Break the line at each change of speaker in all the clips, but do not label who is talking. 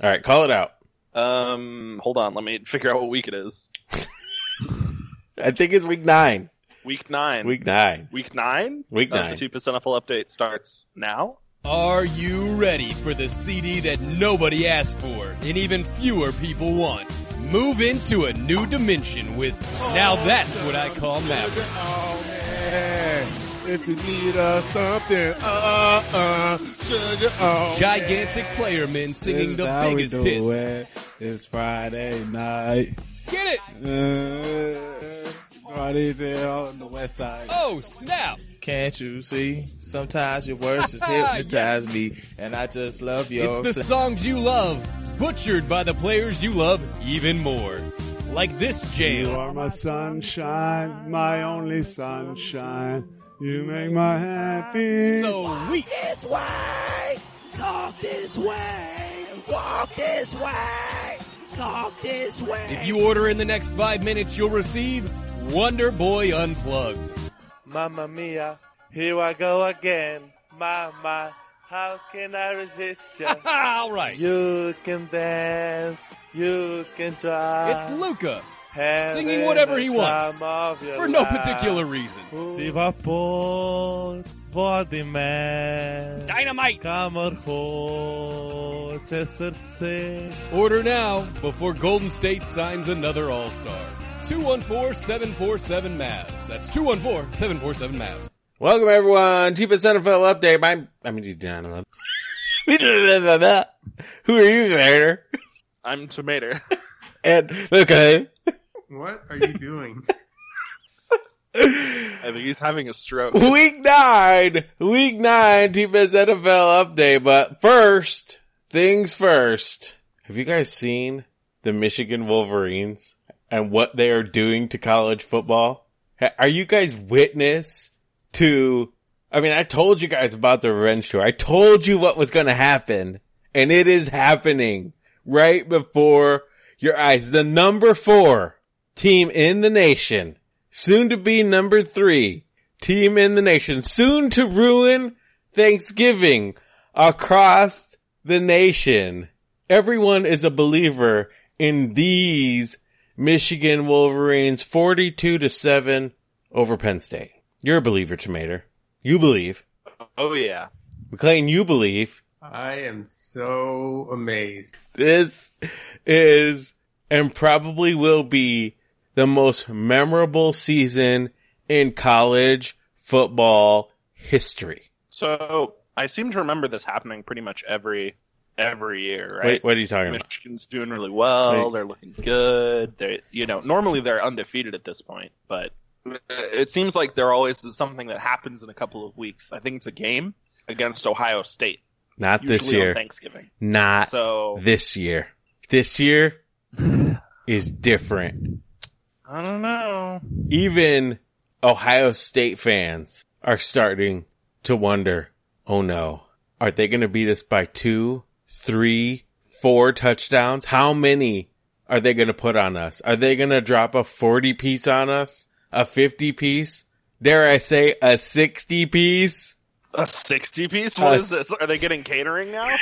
All right, call it out.
Um, hold on, let me figure out what week it is.
I think it's week nine.
Week nine.
Week nine.
Week nine.
Week
Uh, the
nine.
two percent NFL update starts now.
Are you ready for the CD that nobody asked for and even fewer people want? Move into a new dimension with Now That's What I Call Mavericks.
Oh man, if you need uh, something, uh, uh, sugar, oh,
Gigantic player men singing the biggest hits.
It's Friday night.
Get it!
Uh, Friday there on the west side.
Oh, snap!
Can't you see? Sometimes your words just
Yes.
hypnotize me, and I just love your.
It's the songs you love, butchered by the players you love even more. Like this
You
jail.
are my sunshine, my only sunshine. You make my happy.
So weak. If you order in the next five minutes, you'll receive Wonder Boy Unplugged.
Mamma mia, here I go again. Mama, how can I resist you?
All right.
you can dance, you can try.
It's Luca.
Having
singing whatever
the
he wants,
time of your
for no
life.
particular reason.
Si va por, vor din mea.
Dynamite!
Camăr hoce srce.
Order now before Golden State signs another All Star. 214 747 Mavs. That's 214 747 Mavs.
Welcome everyone. Two percent NFL update. My, I mean, you don't know. Who are you, Claire?
I'm tomato.
And okay,
What are you doing?
I think he's having a stroke.
week nine, week nine, Two percent NFL update. But first, things first. Have you guys seen the Michigan Wolverines and what they are doing to college football? Ha- Are you guys witness to? I mean, I told you guys about the revenge tour. I told you what was going to happen, and it is happening right before your eyes. The number four team in the nation, soon to be number three team in the nation, soon to ruin Thanksgiving across the nation. Everyone is a believer in these Michigan Wolverines 42 to 7 over Penn State. You're a believer, Tomater. You believe.
Oh yeah.
McLean, you believe.
I am so amazed.
This is and probably will be the most memorable season in college football history.
So I seem to remember this happening pretty much every every year, right?
Wait, what are you talking about?
Michigan's doing really well.
Wait.
They're looking good. They, you know, normally they're undefeated at this point, but it seems like there always is something that happens in a couple of weeks. I think it's a game against Ohio State
Not this
usually on
year.
Thanksgiving.
Not
So
this year. This year is different.
I don't know.
Even Ohio State fans are starting to wonder, oh no, are they going to beat us by two, three, four touchdowns? How many are they going to put on us? Are they going to drop a 40 piece on us? A 50 piece? Dare I say a 60 piece?
A sixty piece? What
Us.
is this? Are they getting catering now?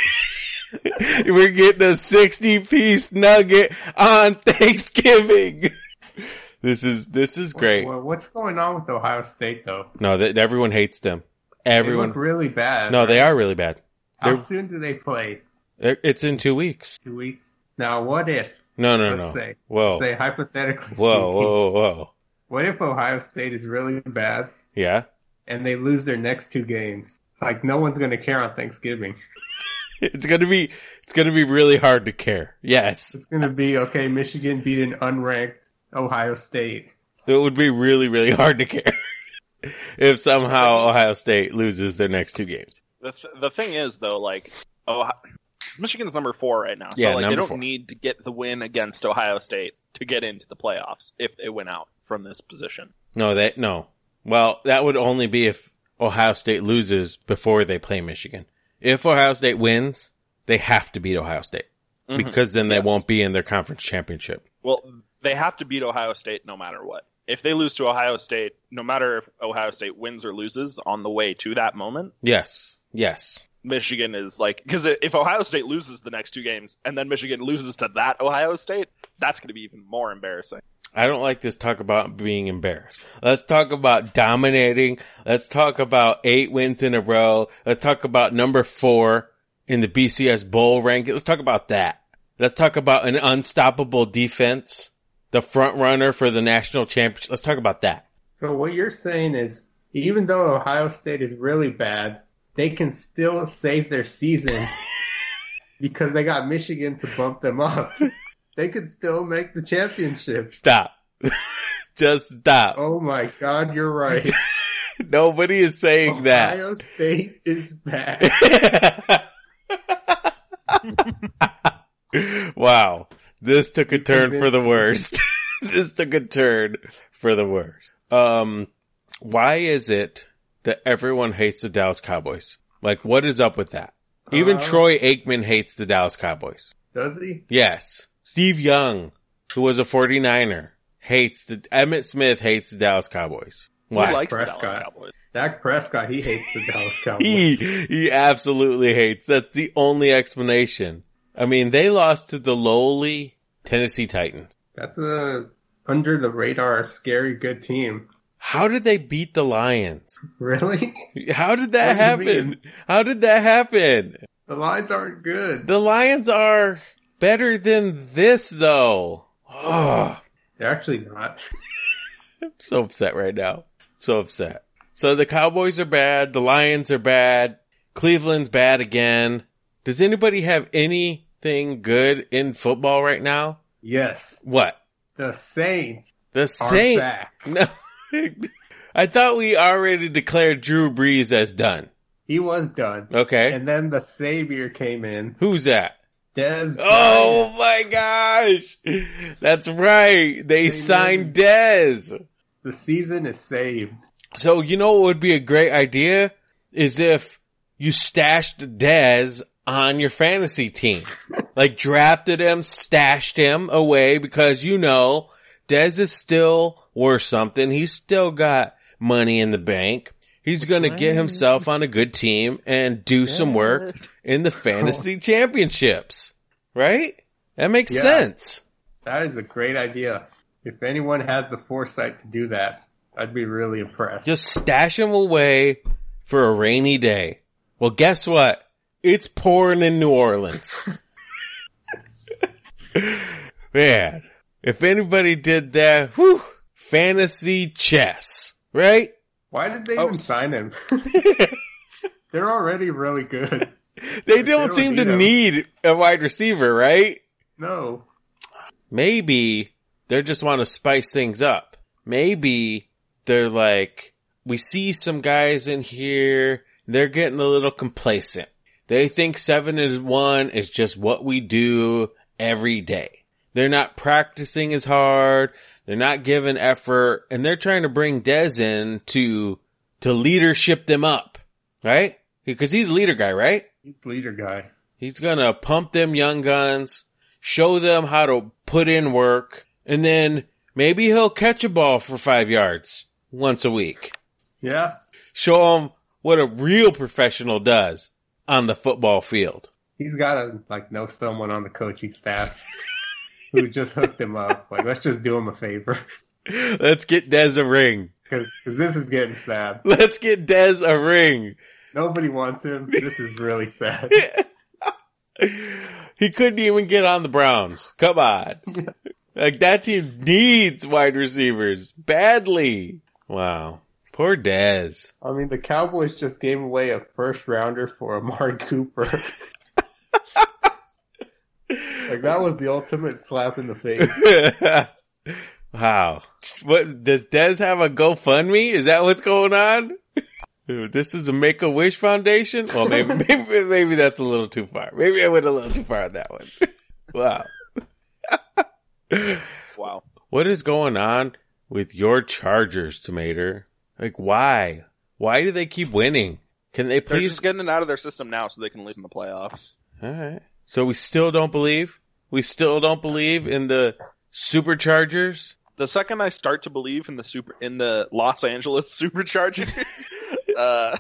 We're getting a 60 piece nugget on Thanksgiving. This is, this is great.
Well, what's going on with Ohio State though?
No, that everyone hates them.
They
Everyone.
look really bad.
No, they are really bad.
How
they're-
soon do they play?
It- It's in two weeks.
Two weeks. Now, what if?
No, no,
let's
no.
say.
Whoa.
Say
Whoa,
hypothetically. speaking,
whoa, whoa.
What if Ohio State is really bad
Yeah.
and they lose their next two games? Like no one's going to care on Thanksgiving.
It's gonna be, it's gonna be really hard to care. Yes.
It's going to be okay. Michigan beat an unranked Ohio State.
It would be really, really hard to care if somehow Ohio State loses their next two games.
the th- the thing is though, like oh, Michigan's number four right now, so
Yeah,
like they
number
don't
four.
need to get the win against Ohio State to get into the playoffs if they win out from this position.
No, that, no. Well, that would only be if Ohio State loses before they play Michigan. If Ohio State wins, they have to beat Ohio State
Mhm.
because then they
Yes.
won't be in their conference championship.
Well, they have to beat Ohio State no matter what. If they lose to Ohio State, no matter if Ohio State wins or loses on the way to that moment,
Yes. Yes.
Michigan is like because if Ohio State loses the next two games and then Michigan loses to that Ohio State, that's going to be even more embarrassing.
I don't like this talk about being embarrassed. Let's talk about dominating. Let's talk about eight wins in a row. Let's talk about number four in the BCS bowl rank. Let's talk about that. Let's talk about an unstoppable defense, the front runner for the national championship. Let's talk about that.
So what you're saying is, even though Ohio State is really bad, they can still save their season because they got Michigan to bump them up. they could still make the championship.
Stop. Just stop.
Oh my God, you're right.
Nobody is
Oh,
saying
Ohio State is bad.
that. wow. This took a turn for the worst. this took a turn for the worst. Um, why is it that everyone hates the Dallas Cowboys? Like, what is up with that? Even
Uh,
Troy Aikman hates the Dallas Cowboys.
Does he?
Yes. Steve Young, who was a 49er, hates the, Emmett Smith hates the Dallas Cowboys. Why?
Who likes the Dallas
Prescott.
Cowboys?
Dak Prescott, he hates the Dallas Cowboys.
he he absolutely hates. That's the only explanation. I mean, they lost to the lowly Tennessee Titans.
That's a under the radar, scary good team.
How did they beat the Lions?
Really?
How did that
What do you
happen?
mean?
How did that happen?
The lines aren't good.
The Lions are better than this though. Oh,
They're actually not.
so upset right now. So upset. So the Cowboys are bad. The Lions are bad. Cleveland's bad again. Does anybody have anything good in football right now?
Yes,
What?
the Saints
The
are
Saints.
back.
No. I thought we already declared Drew Brees as done.
He was done.
Okay.
And then the savior came in.
Who's that?
Des.
Oh my gosh. That's right. They signed Dez.
the season is saved.
So you know what would be a great idea is if you stashed Dez on your fantasy team. like drafted him, stashed him away because you know Dez is still worth something. He's still got money in the bank. He's gonna get himself on a good team and do some work in the fantasy championships. Right? That makes
Yeah.
sense.
That is a great idea. If anyone had the foresight to do that, I'd be really impressed.
Just stash them away for a rainy day. Well, guess what? It's pouring in New Orleans. Man, if anybody did that, whew, fantasy chess, right?
Why did they
Oh.
even sign him? They're already really good.
They don't
don't
seem to
need 'em.
need a wide receiver, right?
No,
Maybe they just want to spice things up. Maybe they're like, we see some guys in here, they're getting a little complacent. They think seven is one is just what we do every day. They're not practicing as hard. They're not giving effort and they're trying to bring Dez in to, to leadership them up, right? Because he's a leader guy, right?
he's the leader guy.
He's gonna pump them young guns, show them how to put in work, and then maybe he'll catch a ball for five yards once a week.
Yeah,
Show them what a real professional does on the football field.
he's got to like know someone on the coaching staff who just hooked him up. Like, let's just do him a favor
Let's get Dez a ring.
because this is getting sad.
Let's get Dez a ring.
Nobody wants him. This is really sad.
He couldn't even get on the Browns. Come on. Like that team needs wide receivers badly. Wow. Poor Dez.
I mean, the Cowboys just gave away a first rounder for Amari Cooper. like that was the ultimate slap in the face.
wow. What does Dez have a GoFundMe? Is that what's going on? Dude, this is a Make a Wish Foundation. Well, maybe, maybe maybe that's a little too far. Maybe I went a little too far on that one. Wow.
Wow.
What is going on with your Chargers, Tomater? Like, why? Why do they keep winning? Can they
They're
please?
just getting it out of their system now so they can lose in the playoffs.
All right. So we still don't believe. We still don't believe in the Superchargers.
the second I start to believe in the super in the Los Angeles Superchargers, uh,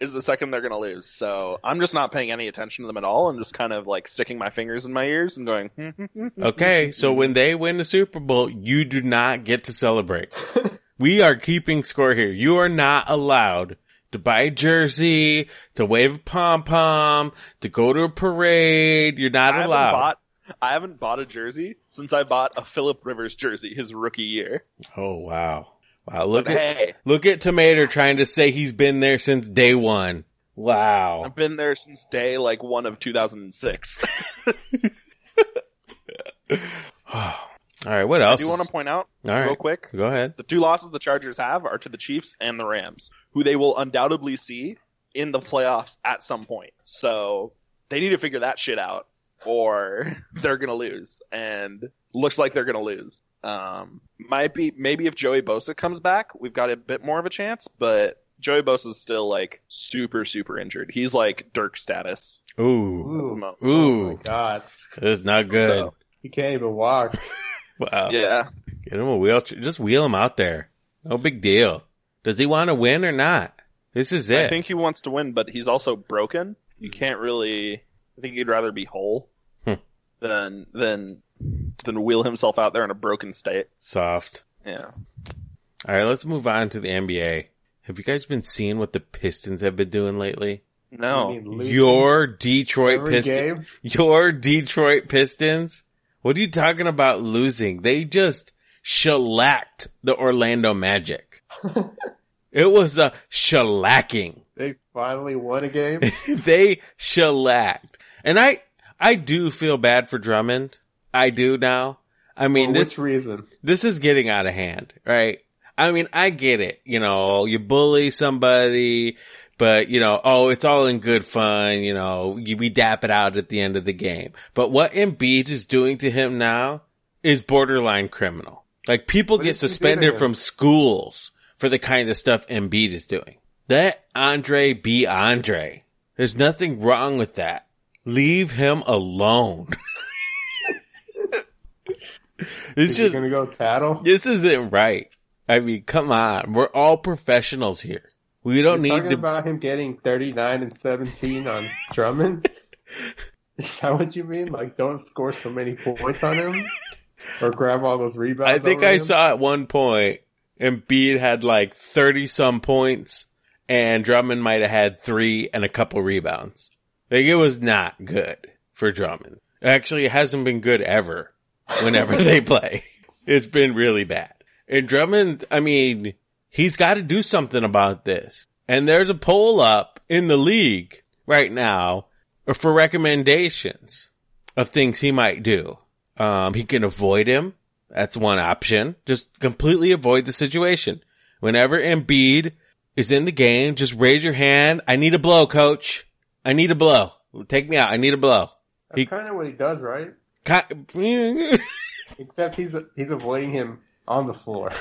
is the second they're going to lose. So I'm just not paying any attention to them at all. I'm just kind of like sticking my fingers in my ears and going, hmm, hmm, hmm.
Okay, so when they win the Super Bowl, you do not get to celebrate. we are keeping score here. You are not allowed to buy a jersey, to wave a pom pom, to go to a parade. You're not
I haven't
allowed.
bought. I haven't bought a jersey since I bought a Philip Rivers jersey his rookie year.
oh wow, wow! Look at
Hey,
look at Tomato trying to say he's been there since day one. Wow.
I've been there since day like one of 2006.
All right, what
I
else?
do want to point out
All right.
real quick
Go ahead.
The two losses the Chargers have are to the Chiefs and the Rams, who they will undoubtedly see in the playoffs at some point. So they need to figure that shit out, or they're gonna lose. And looks like they're gonna lose. Um, might be maybe if Joey Bosa comes back, we've got a bit more of a chance. But Joey Bosa's still like super super injured. He's like Dirk status.
Ooh,
Ooh.
ooh,
Oh my God.
this is not good.
So,
He can't even walk.
wow.
yeah,
Get him a wheelchair. Just wheel him out there. No big deal. Does he want to win or not? This is it.
I think he wants to win, but he's also broken. You can't really. I think he'd rather be whole
Hmm.
than than than wheel himself out there in a broken state.
Soft.
Yeah,
All right, let's move on to the NBA. Have you guys been seeing what the Pistons have been doing lately?
I
no,
mean, losing
Your Detroit
every
Pistons.
game.
Your Detroit Pistons. What are you talking about losing? They just shellacked the Orlando Magic. it was a shellacking.
They finally won a game.
they shellacked. And I, I do feel bad for Drummond. I do now. I mean,
For
this,
which reason?
this is getting out of hand, right? I mean, I get it. You know, you bully somebody, but you know, oh, it's all in good fun. You know, you, we dap it out at the end of the game. But what Embiid is doing to him now is borderline criminal. Like people
What
get
is he doing to
suspended
him?
from schools for the kind of stuff Embiid is doing. Let Andre be Andre. There's nothing wrong with that. Leave him alone. it's
Is he
just
going to go tattle?
this isn't right. I mean, come on. We're all professionals here. We don't
You're
need
talking
to.
about him getting 39 and 17 on Drummond? Is that what you mean? Like, don't score so many points on him? Or grab all those rebounds?
I think
over
I
him?
saw at one point Embiid had like 30 some points and Drummond might have had three and a couple rebounds. Like it was not good for Drummond. Actually, it hasn't been good ever whenever they play. It's been really bad. And Drummond, I mean, he's got to do something about this. And there's a poll up in the league right now for recommendations of things he might do. Um, he can avoid him. That's one option. Just completely avoid the situation. Whenever Embiid is in the game, just raise your hand. I need a blow, coach. I need a blow. Take me out. I need a blow.
That's
he-
kind of what he does, right?
Ki-
Except he's he's avoiding him on the floor.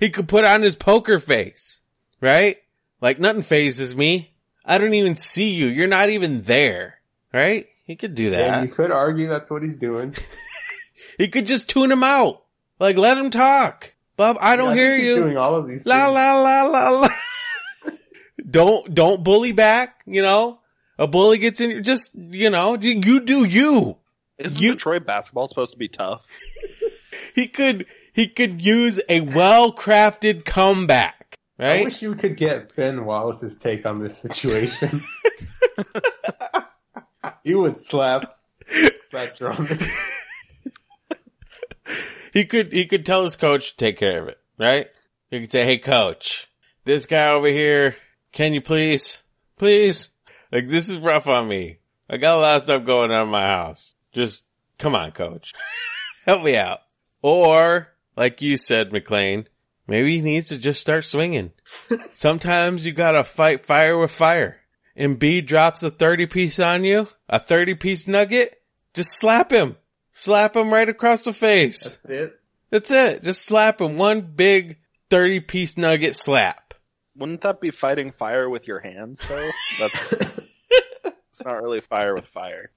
he could put on his poker face, right? Like nothing phases me. I don't even see you. You're not even there, right? He could do that.
And you could argue that's what he's doing.
he could just tune him out. Like let him talk. Bub, I don't
I think
hear
he's
you.
doing all of these
la
things.
la la la la. don't don't bully back. You know, a bully gets in. your- Just you know, you you do you.
isn't
You-
Detroit basketball supposed to be tough?
He could he could use a well crafted comeback.
I
Right?
wish you could get Ben Wallace's take on this situation. he would slap, slap Drummond.
he could he could tell his coach to take care of it, right? He could say, "Hey, coach, this guy over here, can you please, please? Like this is rough on me. I got a lot of stuff going on in my house. Just come on, coach, help me out." Or, like you said, McLean, maybe he needs to just start swinging. Sometimes you gotta fight fire with fire. And B drops a thirty piece on you, a thirty piece nugget. Just slap him, slap him right across the face.
That's it.
That's it. Just slap him. One big 30 piece nugget slap.
Wouldn't that be fighting fire with your hands though? That's it's not really fire with fire.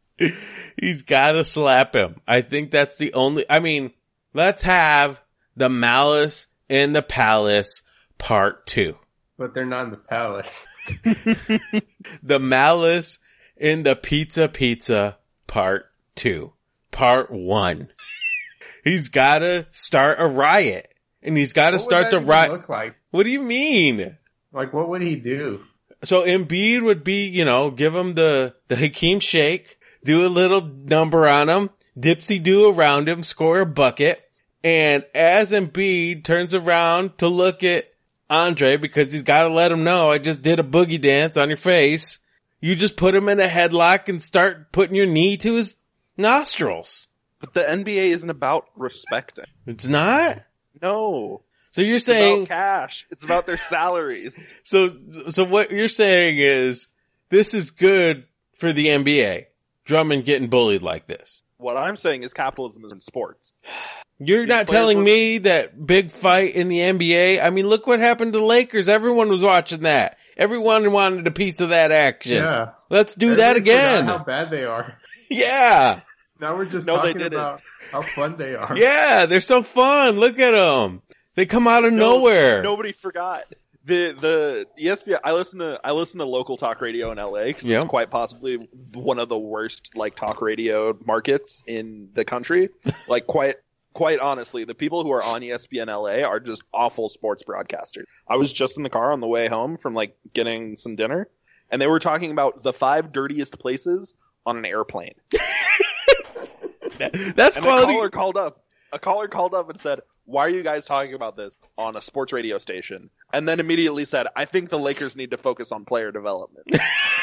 He's gotta slap him. I think that's the only, I mean, let's have the malice in the palace part two.
But they're not in the palace.
the malice in the pizza pizza part two. Part one. he's gotta start a riot. And he's gotta
What would
start
that
the
even
riot.
Look like
what do you mean?
like what would he do?
So Embiid would be, you know, give him the, the Hakeem shake, do a little number on him, dipsy do around him, score a bucket. And as Embiid turns around to look at Andre because he's got to let him know I just did a boogie dance on your face. You just put him in a headlock and start putting your knee to his nostrils.
But the NBA isn't about respecting.
It's not.
No.
So you're
It's about
saying
cash. It's about their salaries.
So, so what you're saying is this is good for the NBA. Drummond getting bullied like this.
What I'm saying is capitalism is in sports.
You're
These
not
players
telling
were-
me that big fight in the NBA. I mean, look what happened to the Lakers. Everyone was watching that. Everyone wanted a piece of that action.
Yeah.
Let's do
Everybody
that again.
forgot How bad they are.
Yeah.
Now we're just
No, they
talking
didn't.
about how fun they are.
Yeah. They're so fun. Look at them. They come out of
No-
nowhere.
Nobody forgot. The the E ESPN I listen to I listen to local talk radio in LA 'cause
Yep.
it's quite possibly one of the worst like talk radio markets in the country. like quite quite honestly, the people who are on E ESPN LA are just awful sports broadcasters. I was just in the car on the way home from like getting some dinner and they were talking about the five dirtiest places on an airplane.
That's
And
quality.
a caller called up. A caller called up and said, "Why are you guys talking about this on a sports radio station?" And then immediately said, "I think the Lakers need to focus on player development."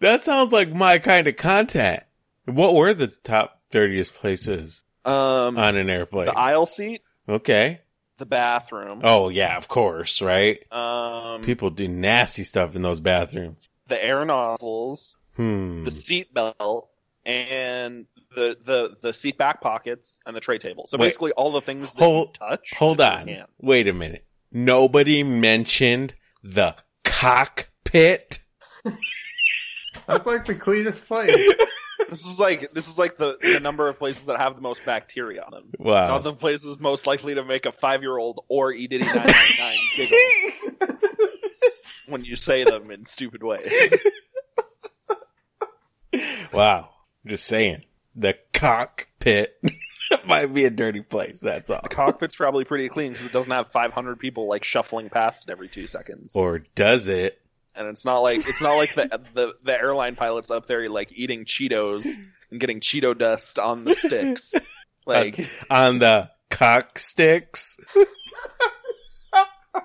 That sounds like my kind of content. What were the top dirtiest places
Um,
on an airplane?
the aisle seat,
Okay.
the bathroom,
Oh yeah, of course, right?
um,
Oh. People do nasty stuff in those bathrooms.
the air nozzles,
Hmm.
the seat belt, and the the the seat back pockets and the tray table. So
Wait.
basically, all the things that you
Hold
touch.
hold
with your
on.
hand.
Wait a minute. Nobody mentioned the cockpit.
That's like the cleanest place.
This is like this is like the the number of places that have the most bacteria on them.
Wow.
Not the places most likely to make a five-year-old or E Diddy 999 giggle when you say them in stupid ways.
wow. Just saying. The cockpit might be a dirty place, that's all.
The cockpit's probably pretty clean because it doesn't have 500 people like shuffling past it every two seconds,
Or does it?
and it's not like it's not like the the, the airline pilots up there like eating Cheetos and getting Cheeto dust on the sticks. Like
on the cock sticks? Uh,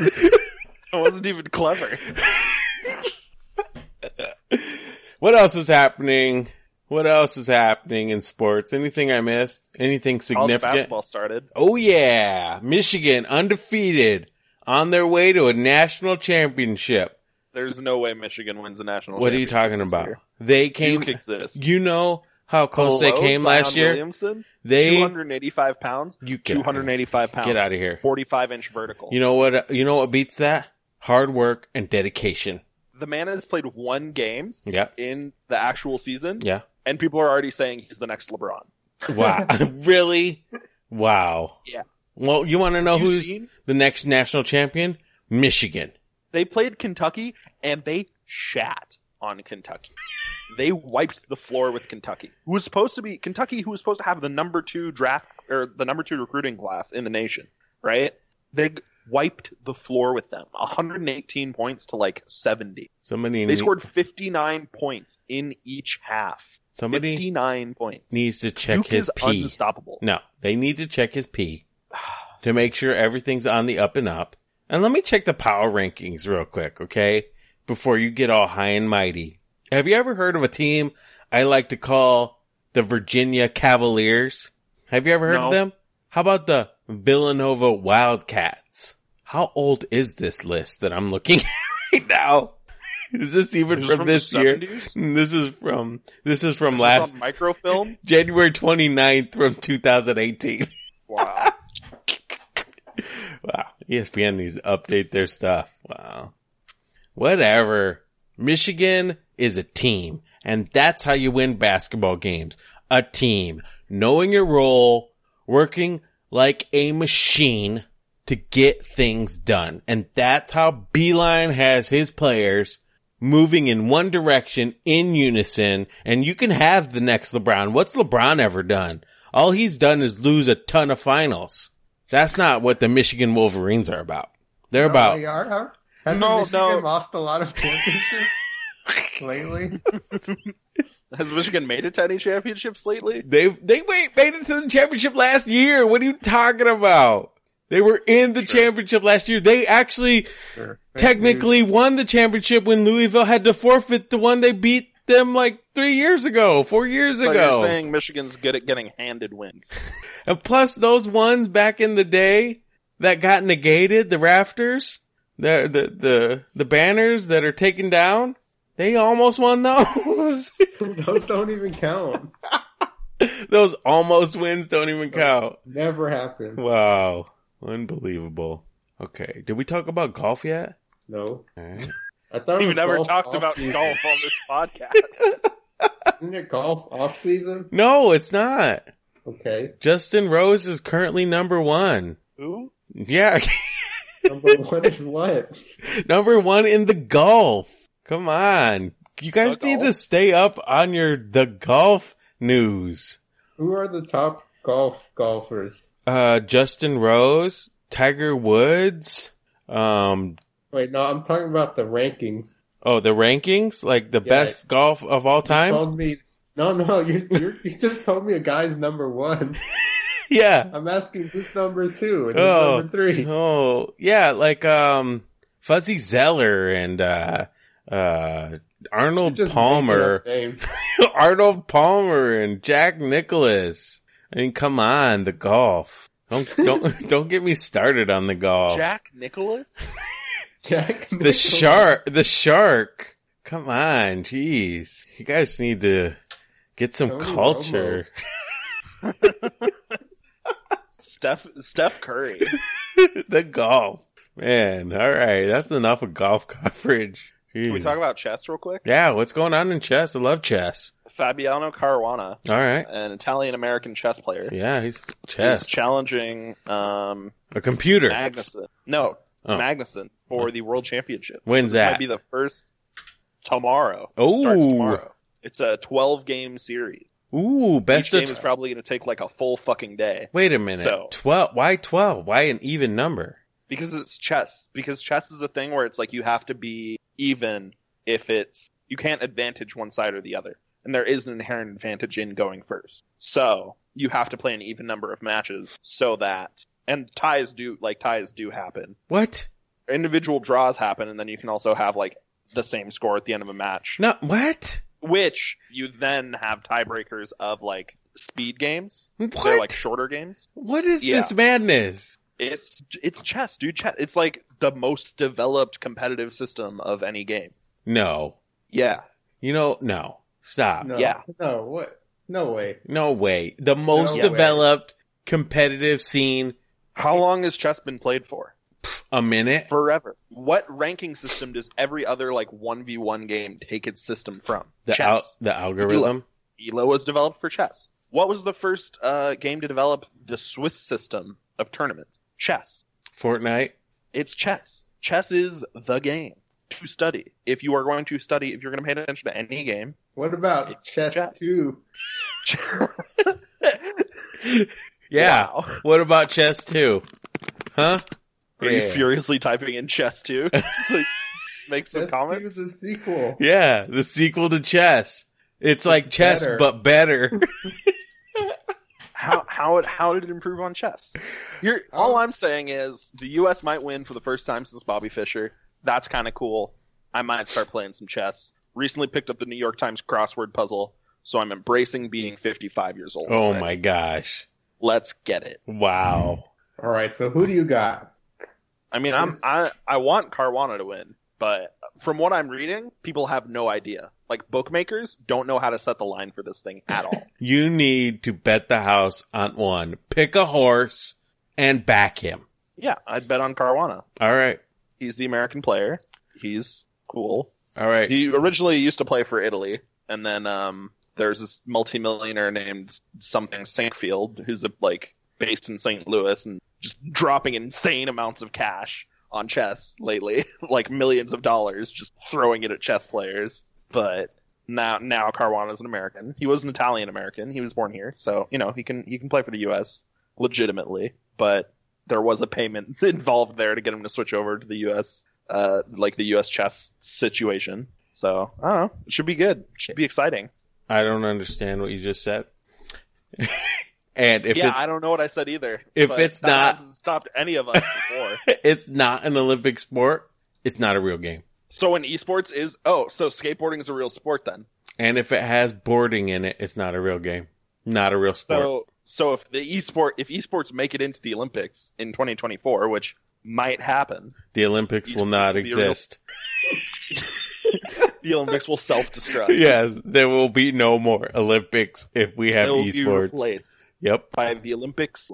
it wasn't even clever.
What else is happening? What else is happening in sports? Anything I missed? Anything
College
significant?
basketball started.
Oh yeah, Michigan undefeated on their way to a national championship.
There's no way Michigan wins the national.
What are you talking
championship
about? They
this year.
came.
Duke exists.
You know how close they
Hello,
came
Zion
last year.
Williamson,
They
285 pounds.
you get out of here.
285 pounds.
Get out of here.
45 inch vertical.
You know what? You know what beats that? Hard work and dedication.
the man has played one game
Yeah,
in the actual season,
yeah.
and people are already saying he's the next LeBron.
Wow, really? Wow.
Yeah.
Well, you want to know
You
who's
seen?
the next national champion? Michigan.
They played Kentucky, and they shat on Kentucky. They wiped the floor with Kentucky, who was supposed to be Kentucky, who was supposed to have the number two draft or the number two recruiting class in the nation, right? They g- wiped the floor with them, 118 points to like 70.
Somebody.
They
nee-
scored 59 points in each half.
Somebody
59 points.
needs to check
Duke
his
is
pee.
unstoppable.
No, they need to check his pee to make sure everything's on the up and up. And let me check the power rankings real quick, okay? Before you get all high and mighty. Have you ever heard of a team I like to call the Virginia Cavaliers? Have you ever heard
No.
of them? How about the Villanova Wildcats? How old is this list that I'm looking at right now? Is this even
This
from,
is from the
this year?
70s?
This is from this is from
This is
last
on microfilm.
January 29th from 2018.
Wow.
Wow. E ESPN needs to update their stuff. Wow. Whatever. Michigan is a team. And that's how you win basketball games. A team. Knowing your role, working like a machine, to get things done. And that's how Beeline has his players moving in one direction in unison. And you can have the next LeBron. What's LeBron ever done? All he's done is lose a ton of finals. That's not what the Michigan Wolverines are about. They're about
They are, huh? Hasn't
No,
Michigan
no.
lost a lot of championships lately?
Has Michigan made it to any championships lately?
They they wait, made it to the championship last year. What are you talking about? They were in the championship last year. They actually
Sure.
technically won the championship when Louisville had to forfeit the one they beat them like three years ago, four years
So
ago.
you're saying Michigan's good at getting handed wins.
and plus those ones back in the day that got negated, the rafters, the the the, the banners that are taken down, they almost won those.
Those don't even count.
those almost wins don't even count.
Never happened.
Wow. Unbelievable. Okay. Did we talk about golf yet? Eh?
No.
Alright.
I thought it
We've
was
never
golf
talked
off
about
season.
golf on this podcast.
Isn't it golf off season?
No, it's not.
Okay.
Justin Rose is currently number one.
Who?
Yeah.
Number one is what?
number one in the golf. Come on. You guys
The
need to
golf?
stay up on your, the golf news.
Who are the top golf golfers?
Uh, Justin Rose, Tiger Woods, um,
Wait, no, I'm talking about the rankings.
oh, the rankings, like the
Yeah.
best golf of all
You
time.
told me. No, no, you you're, you just told me a guy's number one.
Yeah.
I'm asking who's number two and who's
Oh.
number three.
Oh, yeah, like um Fuzzy Zeller and uh uh Arnold
Just
Palmer.
making up names.
Arnold Palmer and Jack Nicholas. I mean, come on, the golf. Don't don't don't get me started on the golf.
Jack Nicholas?
Jack
the shark, the shark. Come on, jeez. You guys need to get some
Tony
culture.
Steph Steph Curry.
the golf. Man, all right. That's enough of golf coverage.
Can we
Jeez.
talk about chess real quick?
Yeah, what's going on in chess? I love chess.
Fabiano Caruana,
All right.
an Italian American chess player,
Yeah, he's
is
chess.
challenging um,
A computer.
Magnuson. No,
Oh.
Magnuson for the world championship.
When's
This
that?
might be the first tomorrow.
Oh.
Starts tomorrow. It's a 12 game series.
Ooh,
Each
best
game
of.
is probably going to take like a full fucking day
Wait a minute.
So-
12. Why 12? Why an even number?
because it's chess. Because chess is a thing where it's like you have to be even if it's you can't advantage one side or the other. And there is an inherent advantage in going first. So you have to play an even number of matches so that and ties do like ties do happen.
What?
Individual draws happen and then you can also have like the same score at the end of a match.
No, what?
which you then have tiebreakers of like speed games. They're
What?
like shorter games.
what is
Yeah.
this madness?
It's it's chess, dude. Chess. It's like the most developed competitive system of any game.
No.
Yeah,
You know, no. Stop. No,
No,
Yeah.
No, what? No way.
way. The most
way.
developed competitive scene
how long has chess been played for?
a minute.
Forever. What ranking system does every other like one v one game take its system from?
The
chess.
out, the algorithm.
Elo was developed for chess. What was the first uh, game to develop the Swiss system of tournaments? Chess.
Fortnite.
It's chess. Chess is the game to study. If you are going to study, if you're going to pay attention to any game,
What about chess
Jack.
two?
Yeah.
Wow.
What about chess too? Huh?
Are
Yeah.
you furiously typing in chess too? so you make some
Chess two
comments.
is a sequel.
Yeah, the sequel to chess. It's like chess
better.
but better.
How how it how did it improve on chess? You're all I'm saying is the U.S. might win for the first time since Bobby Fischer. That's kind of cool. I might start playing some chess. Recently picked up the New York Times crossword puzzle, so I'm embracing being 55 years old.
oh
Like,
my gosh.
Let's get it.
Wow.
All right, so who do you got?
I mean, I'm I I want Caruana to win, but from what I'm reading, people have no idea. Like bookmakers don't know how to set the line for this thing at all.
You need to bet the house on one. Pick a horse and back him.
yeah, I'd bet on Caruana.
All right.
He's the American player. He's cool.
All right.
He originally used to play for Italy, and then um, there's this multimillionaire named something Sankfield who's a like based in St. Louis and just dropping insane amounts of cash on chess lately, like millions of dollars, just throwing it at chess players. But now, now Caruana's an American. He was an Italian American. He was born here, so you know he can he can play for the U.S. legitimately. But there was a payment involved there to get him to switch over to the U.S. Uh, like the U.S. chess situation. So I don't know. It should be good. It should be exciting.
I don't understand what you just said. and if
yeah,
it's,
I don't know what I said either.
if
but
it's
that
not-
hasn't stopped any of us before.
it's not an Olympic sport, it's not a real game.
so in esports is oh, so skateboarding is a real sport then.
And if it has boarding in it, it's not a real game. Not a real sport.
So so if the esport if esports make it into the Olympics in 2024, which might happen,
the Olympics will
esports
not
will be a real-
exist.
the Olympics will self-destruct.
yes, there will be no more Olympics if we have
They'll be
esports.
replaced
Yep.
by the Olympics.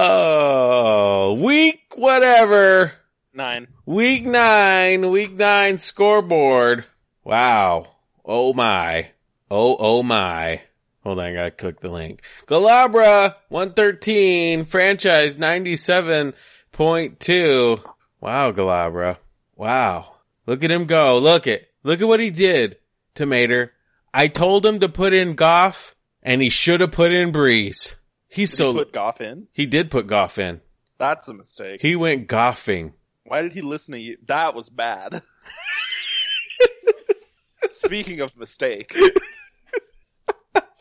Oh, week whatever.
Nine.
Week nine, week nine scoreboard. Wow. Oh my. Oh, oh my. Hold on, I gotta click the link. Galabra 113, franchise 97.2. Wow, Galabra. Wow. Look at him go. Look at, look at what he did to Mater. I told him to put in Goff and he should have put in Breeze. He's
Did
so,
he put Goff in.
he did put Goff in.
That's a mistake.
He went golfing.
Why did he listen to you? That was bad. Speaking of mistakes,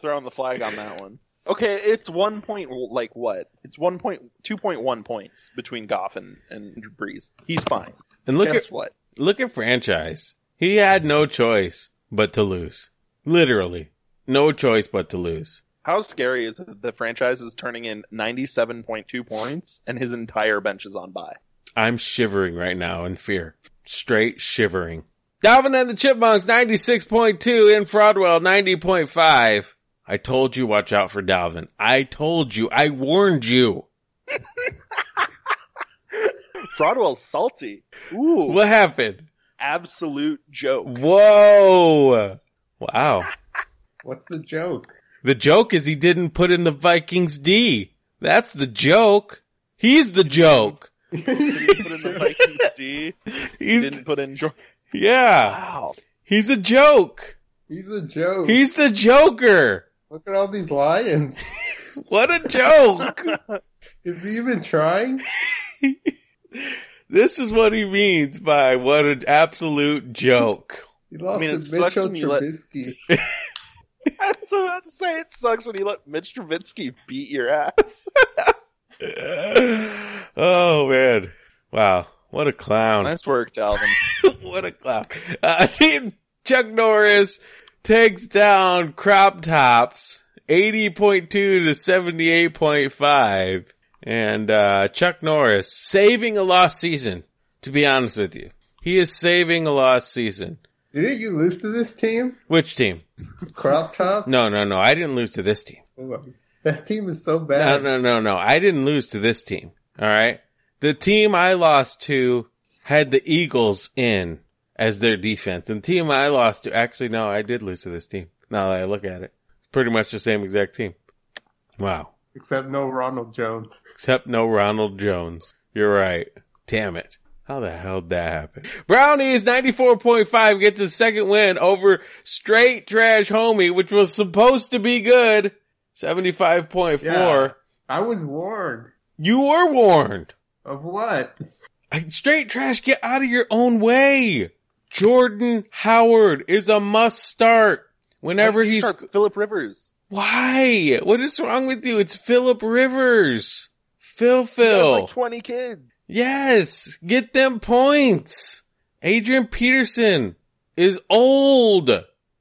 throwing the flag on that one. Okay, it's one point. Like what? It's one point, two point one points between Goff and and Breeze. He's fine.
And look
Guess
at,
what?
look at franchise. He had no choice but to lose. Literally. No choice but to lose.
How scary is it that the franchise is turning in ninety-seven point two points and his entire bench is on by?
I'm shivering right now in fear. Straight shivering. Dalvin and the Chipmunks 96.2 in Fraudwell 90.5. I told you watch out for Dalvin. I told you. I warned you.
Fraudwell's salty. Ooh,
What happened?
absolute joke.
Whoa. Wow.
What's the joke?
The joke is he didn't put in the Vikings D. That's the joke. He's the joke.
Didn't put in the Vikings D.
He's,
Didn't put in. Jor-
yeah.
Wow.
He's a joke.
He's a joke.
He's the Joker.
Look at all these lions.
What a joke.
Is he even trying?
this is what he means by what an absolute joke.
He lost
I mean,
to
it sucks
Mitchell
when you let-
Trubisky.
That's what I was about to say. It sucks when you let Mitch Trubisky beat your ass.
oh man. Wow. What a clown.
nice work, Dalvin.
what a clown. Uh, team Chuck Norris takes down crop tops 80.2 to 78.5. And, uh, Chuck Norris saving a lost season, to be honest with you. He is saving a lost season.
Didn't you lose to this team?
Which team?
Crop top?
No, no, no. I didn't lose to this team.
That team is so
No,
bad.
no, no, no. I didn't lose to this team. All right. The team I lost to had the Eagles in as their defense. And the team I lost to, actually, no, I did lose to this team. Now that I look at it, it's pretty much the same exact team. Wow.
Except no Ronald Jones.
Except no Ronald Jones. You're right. Damn it. How the hell did that happen? Brownies 94.5 gets his second win over straight trash homie, which was supposed to be good. 75.4.
Yeah. I was warned.
You were warned.
Of what?
Like, Straight trash, get out of your own way. Jordan Howard is a must start whenever he's.
Philip Rivers.
Why? What is wrong with you? It's Philip Rivers. Phil Phil.
That's like twenty kids.
Yes, get them points. Adrian Peterson is old.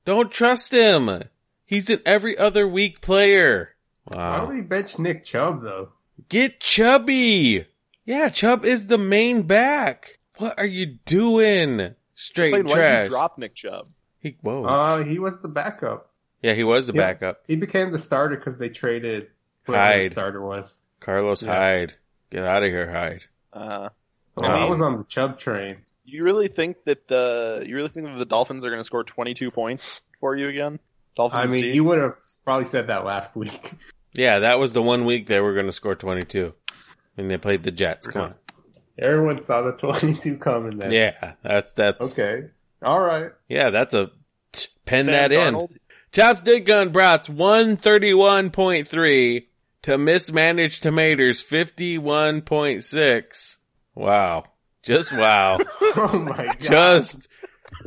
Don't trust him. He's an every other week player.
Why
Wow.
would he bench Nick Chubb though?
Get Chubby. Yeah, Chubb is the main back. What are you doing? Straight
Played why did
trash.
you drop Nick Chubb?
he, whoa.
Uh, he was the backup.
yeah, he was the
yeah.
backup.
He became the starter because they traded whoever
Hyde.
the starter was.
Carlos
Yeah.
Hyde. Get out of here, Hyde.
Uh,
Oh,
I
I,
mean-
was on the Chubb train.
you really think that the you really think that the Dolphins are going to score twenty two points for you again? Dolphins.
I mean,
D.
you would have probably said that last week.
Yeah, that was the one week they were going to score 22. And they played the Jets. Come
Everyone saw the 22 coming
on.
then.
Yeah, that's, that's,
Okay. All right.
yeah, that's a, t- pen
Sam
that in.
Darnold,
Chopstick Gun Brats 131.3 to Mismanaged Tomatoes 51.6. Wow. Just wow.
Oh my god.
just,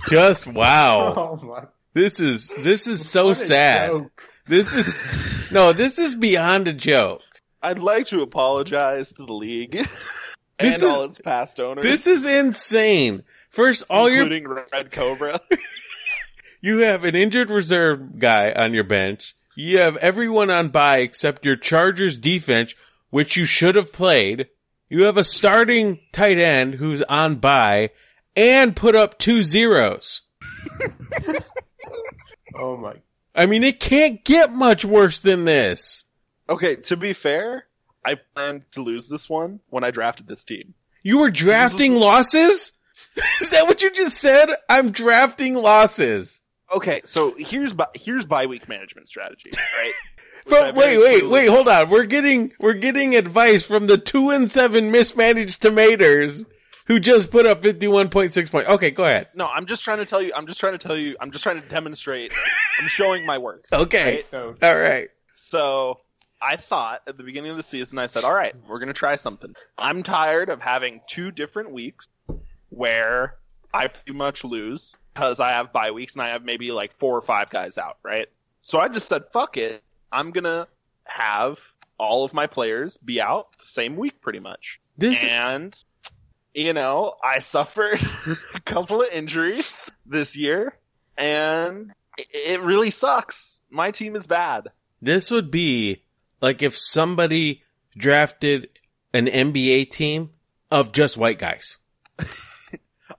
just wow.
Oh my.
This is, this is so
what a
sad.
joke.
This is, no, this is beyond a joke.
I'd like to apologize to the league and
This
all
is-
its past owners,
This is insane. First, all your
including Red Cobra.
You have an injured reserve guy on your bench. You have everyone on bye except your Chargers defense, which you should have played. You have a starting tight end who's on bye and put up two zeros.
Oh my.
I mean, it can't get much worse than this.
okay, to be fair, I planned to lose this one when I drafted this team.
You were drafting losses? Is that what you just said? I'm drafting losses.
Okay, so here's bi- here's bye week management strategy, right?
But wait,
Which I very
wait,
clearly-
wait, hold on. We're getting, we're getting advice from the two and seven mismanaged tomatoes who just put up 51.6 points. Okay, go ahead.
No, I'm just trying to tell you. I'm just trying to tell you. I'm just trying to demonstrate. I'm showing my work.
Okay.
No.
All right.
So I thought at the beginning of the season, I said, all right, we're going to try something. I'm tired of having two different weeks where I pretty much lose because I have bye weeks and I have maybe like four or five guys out, right? So I just said, fuck it. I'm going to have all of my players be out the same week pretty much.
This,
And, you know, I suffered a couple of injuries this year and it- it really sucks. My team is bad.
this would be like if somebody drafted an NBA team of just white guys.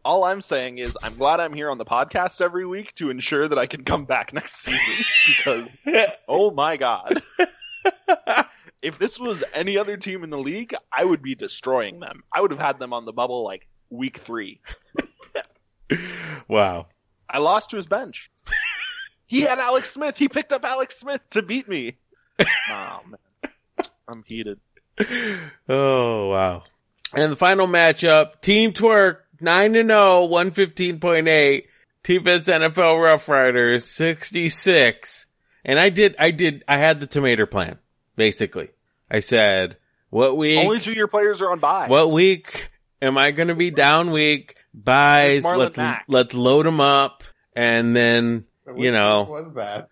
All I'm saying is I'm glad I'm here on the podcast every week to ensure that I can come back next season because oh my god. if this was any other team in the league, I would be destroying them. I would have had them on the bubble like week 3.
Wow.
I lost to his bench. he had Alex Smith. He picked up Alex Smith to beat me. oh man. I'm heated.
Oh, wow. And the final matchup, Team Twerk, 9 and oh, 0, 115.8, T-Fest NFL Rough Riders, 66. And I did, I did, I had the tomato plan, basically. I said, what week,
Only two of your players are on bye.
what week am I going to be down week? Buys,
It's Marlon
let's,
Mack.
let's load them up. And then, you
What
know,
was that?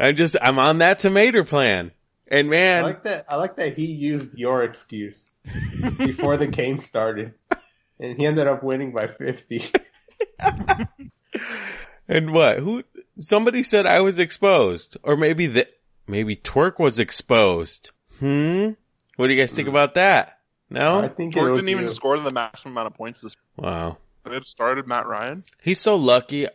I'm just, I'm on that tomato plan. And
I
man,
like that. I like that he used your excuse before the game started, and he ended up winning by 50.
And what? Who? Somebody said I was exposed, or maybe the maybe Twerk was exposed. Hmm. What do you guys think about that?
I
No.
think it
Jordan
was
didn't even
you.
score the maximum amount of points this
Wow.
it started Matt Ryan.
He's so lucky.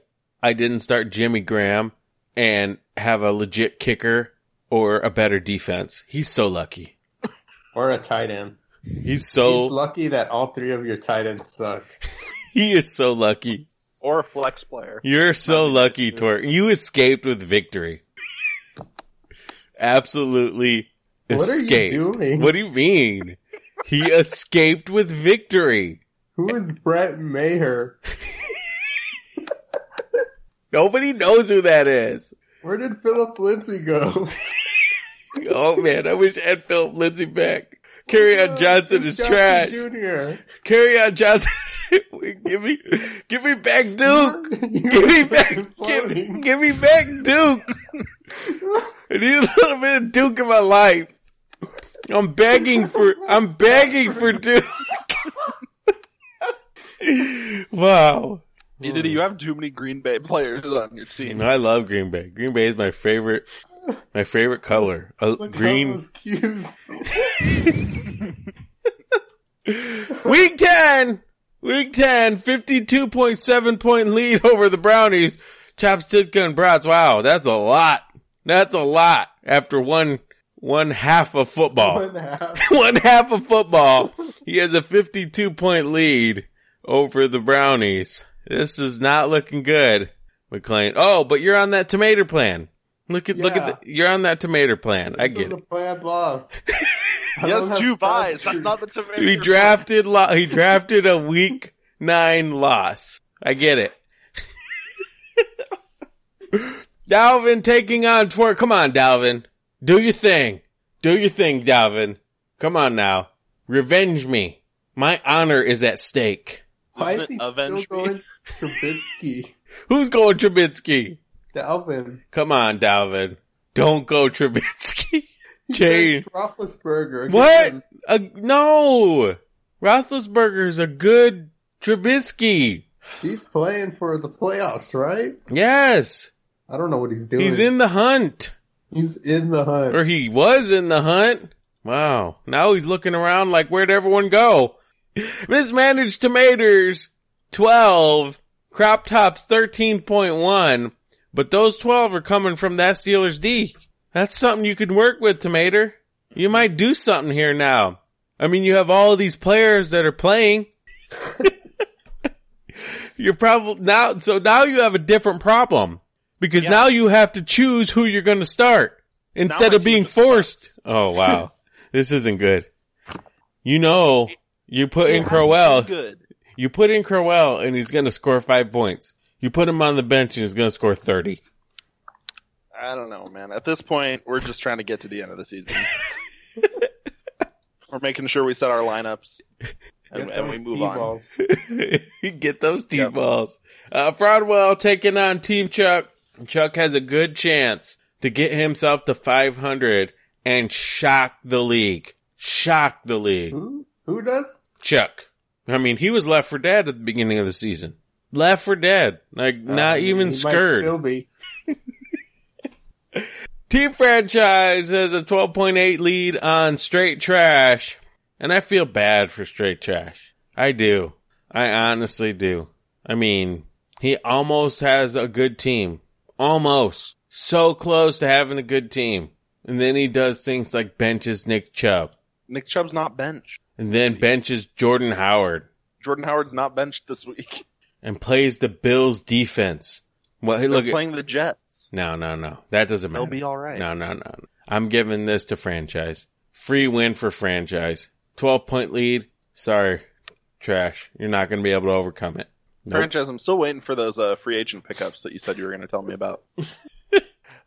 I didn't start Jimmy Graham and have a legit kicker or a better defense. He's so lucky.
or a tight end.
He's
He's
so
lucky that all three of your tight ends suck.
he is so lucky.
Or a flex player.
You're so lucky, Twerk. You escaped with victory. Absolutely
What are you
escaped.
doing?
What do you mean? He escaped with victory.
Who is Brett Maher?
Nobody knows who that is.
Where did Philip Lindsay go?
Oh man, I wish Ed Philip Lindsay back. Carry on Johnson is
Johnson
trash.
Jr.
Carry on Johnson. give me, give me back Duke. Give me back, give, give me back Duke. I need a little bit of Duke in my life. I'm begging for, I'm begging for Duke. wow.
Neither do you have too many Green Bay players on your team.
No, I love Green Bay. Green Bay is my favorite, my favorite color. Uh,
Look How
green.
those cues.
Week 10! Week 10, 52.7 point lead over the Brownies. Chopstitka and Brats. Wow, that's a lot. That's a lot after one, one half of football.
One half.
one half of football. He has a 52 point lead over the Brownies. This is not looking good. McLean. Oh, but you're on that tomato plan. Look at look
Yeah.
at the, you're on that tomato plan. I get
the
it.
plan lost. I
He
don't
has
have
two buys.
plans.
That's not the tomato.
He drafted lo- he drafted a week nine loss. I get it. Dalvin taking on Twerk. Come on, Dalvin. Do your thing. Do your thing, Dalvin. Come on now. Revenge me. My honor is at stake.
Why is
Wasn't
he
avenge
still
me.
going Trubisky?
Who's going Trubisky?
Dalvin.
Come on, Dalvin. Don't go Trubisky. Change.
Jay. Roethlisberger.
What? A, no. Roethlisberger's a good Trubisky.
He's playing for the playoffs, right?
Yes.
I don't know what he's doing.
He's in the hunt.
He's in the hunt.
Or he was in the hunt. Wow. Now he's looking around like, where'd everyone go? Mismanaged tomatoes, 12. Crop tops, 13.1. But those 12 are coming from that Steelers D. That's something you could work with, tomato. You might do something here now. I mean, you have all these players that are playing. you're probably now, so now you have a different problem because
Yeah.
now you have to choose who you're going to start instead
my
of being
team just
forced. Oh wow. this isn't good. You know, you put in Crowell,
Good.
you put in Crowell and he's going to score five points. You put him on the bench and he's going to score 30.
I don't know, man. At this point, we're just trying to get to the end of the season. we're making sure we set our lineups and,
Get
and we
those
move on.
T-balls.
Get those T balls. Uh, Fraudwell taking on Team Chuck. Chuck has a good chance to get himself to 500 and shock the league. Shock the league.
Who? Who does?
Chuck. I mean, he was left for dead at the beginning of the season. Left for dead. Like, not
Um, he
even
might
scared.
still be.
Team franchise has a 12.8 lead on straight trash. And I feel bad for straight trash. I do. I honestly do. I mean, he almost has a good team. Almost. So close to having a good team. And then he does things like benches Nick Chubb.
Nick Chubb's not benched.
And then benches Jordan Howard.
Jordan Howard's not benched this week.
and plays the Bills defense. Well, hey,
They're
look, at-
playing the Jets.
no, no, no, that doesn't matter.
They'll be all right.
No, no, no. I'm giving this to franchise. Free win for franchise. 12 point lead. Sorry, trash. You're not going to be able to overcome it. Nope.
Franchise, I'm still waiting for those uh, free agent pickups that you said you were going to tell me about.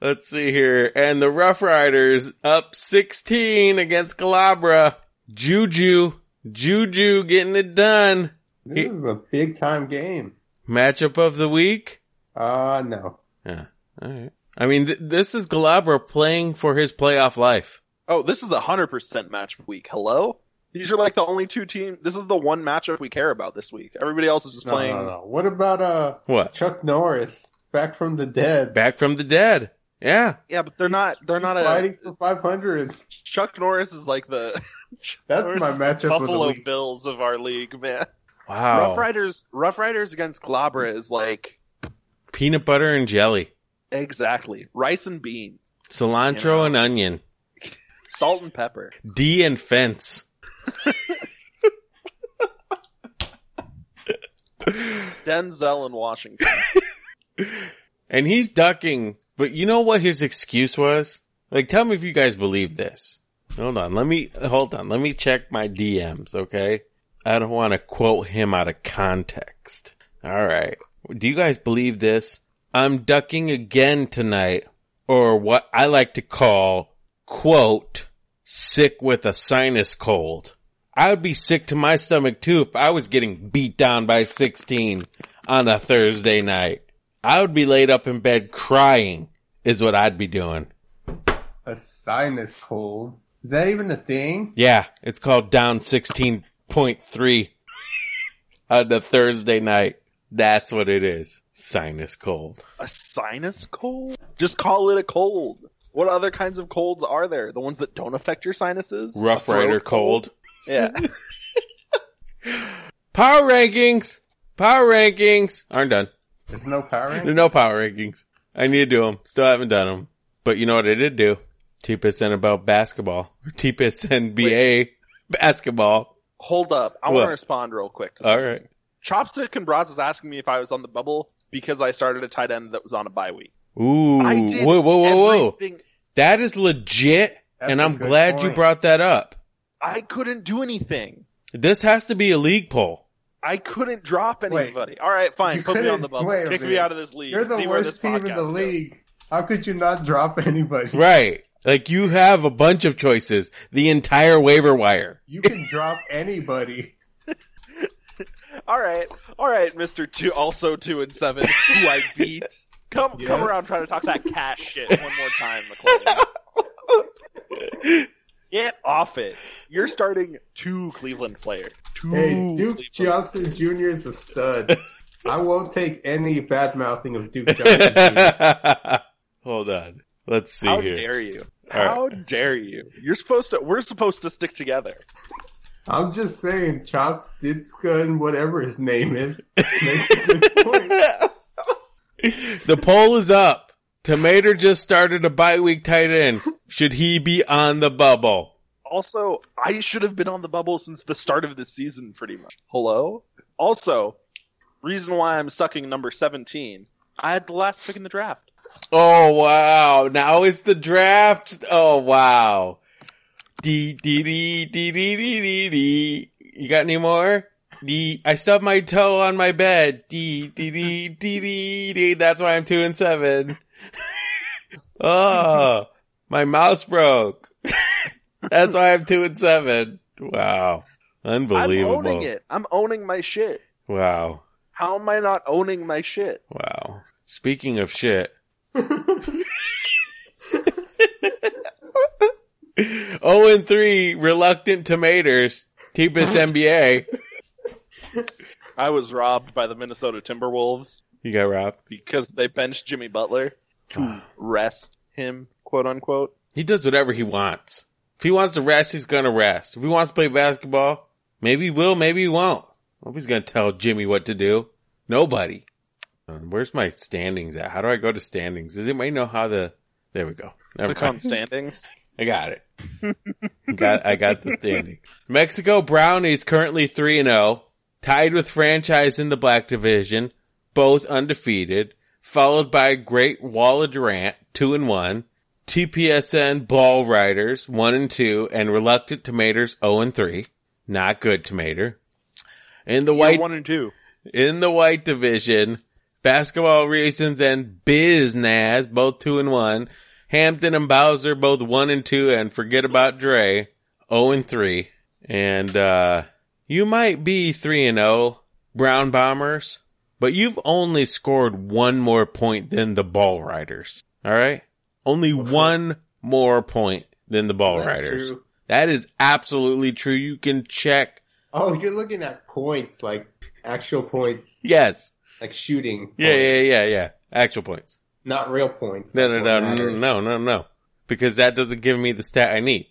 Let's see here. And the Rough Riders up 16 against Calabra. Juju, Juju getting it done.
This is a big time game.
Matchup of the week.
Ah, uh, no.
Yeah. All right. I mean, th- this is Calabra playing for his playoff life.
Oh, this is a hundred percent match week. Hello, these are like the only two teams. This is the one matchup we care about this week. Everybody else is just
No,
playing.
no, no. What about uh
What?
Chuck Norris back from the dead?
Back from the dead. Yeah.
Yeah, but they're not. They're not
He's
a.
fighting for 500.
Chuck Norris is like the.
That's
Norris
my
is the
matchup of the
Buffalo
week.
Bills of our league, man.
Wow.
Rough Riders, Rough Riders against Glabra is like
Peanut butter and jelly.
exactly rice and beans,
Cilantro
You know.
and onion.
salt and pepper.
D and fence.
Denzel in Washington.
And he's ducking, but you know what his excuse was? Like, tell me if you guys believe this. Hold on. Let me, hold on. Let me check my DMs, okay? I don't want to quote him out of context. All right. Do you guys believe this? I'm ducking again tonight, or what I like to call, quote, sick with a sinus cold. I would be sick to my stomach too if I was getting beat down by 16 on a Thursday night. I would be laid up in bed crying is what I'd be doing.
A sinus cold. Is that even a thing?
Yeah, it's called down 16.3 on the Thursday night. That's what it is. Sinus cold.
a sinus cold? Just call it a cold. What other kinds of colds are there? The ones that don't affect your sinuses? A
Rough
throat
Rider cold.
Yeah.
Power rankings. Power rankings aren't done.
There's no power.
There's
rankings?
no power rankings. I need to do them. Still haven't done them. But you know what I did do? TPSN about basketball. TPSN BA basketball.
Hold up. I want
What? Uh.
to respond real quick.
All right.
Chopstick and Braz is asking me if I was on the bubble. because I started a tight end that was on a bye week.
Ooh,
I did
whoa, whoa, whoa, whoa!
everything-
That is legit,
That's
and
a
I'm
good
glad you
point.
brought that up.
I couldn't do anything.
This has to be a league poll.
I couldn't drop
Wait.
anybody. All right, fine.
You
Put me on
couldn't-
the bubble.
wait a
Kick me
minute.
out of this league.
You're the
See where this
worst team in
podcast
the
goes.
league. How could you not drop anybody?
Right. Like you have a bunch of choices, the entire waiver wire.
You can drop anybody.
All right, all right, Mister Two, also two and seven, who I beat. Come,
Yes.
come around, try to talk that cat shit one more time, McLean. Get off it. You're starting two Cleveland players. Two
Hey, Duke
Cleveland
Johnson Jr. is a stud. I won't take any bad mouthing of Duke Johnson Jr.
Hold on. Let's see
How
here.
dare you?
All
How dare you? You're supposed to. We're supposed to stick together.
I'm just saying, Chops Ditska and whatever his name is makes a good point.
the poll is up. Tomater just started a bye week tight end. Should he be on the bubble?
Also, I should have been on the bubble since the start of the season, pretty much. Hello. Also, reason why I'm sucking number seventeen. I had the last pick in the draft.
Oh wow! Now it's the draft. Oh wow! Dee dee dee dee dee dee dee dee. You got any more? Dee. I stubbed my toe on my bed. Dee dee dee dee dee dee. That's why I'm two and seven. oh, my mouse broke. That's why I'm two and seven. Wow, unbelievable!
I'm owning it. I'm owning my shit.
Wow,
How am I not owning my shit?
wow. Speaking of shit. Oh and three reluctant tomatoes. T-Bus NBA.
I was robbed by the Minnesota Timberwolves
You got robbed.
because they benched Jimmy Butler to rest him, quote unquote.
He does whatever he wants. If he wants to rest, he's gonna rest. If he wants to play basketball, maybe he will, maybe he won't. Nobody's gonna tell Jimmy what to do. Nobody. Uh, Where's my standings at? How do I go to standings? Does anybody know how the? There we go. Never
Click on
mind.
standings.
I got it. got I got the standing. Mexico Brownies currently three and zero, tied with franchise in the black division, both undefeated, followed by Great Walla Durant two and one, TPSN Ball Riders one and two, and Reluctant Tomatoes zero and three. Not good tomato. In the
You're
white
one and two.
in the white division. Basketball reasons and Biz Naz, both two and one. Hampton and Bowser, both one and two, and forget about Dre, oh and three. And uh you might be three and oh, Brown Bombers, but you've only scored one more point than the Ball Riders. All right, only one more point than the Ball
Is that
Riders.
true?
That is absolutely true. You can check.
Oh, you're looking at points, like actual points,
Yes.
like shooting.
Yeah,
points,
yeah, yeah, yeah. Actual points.
Not real points.
No, no,
That's
no,
what
no,
matters.
no, no, no. Because that doesn't give me the stat I need.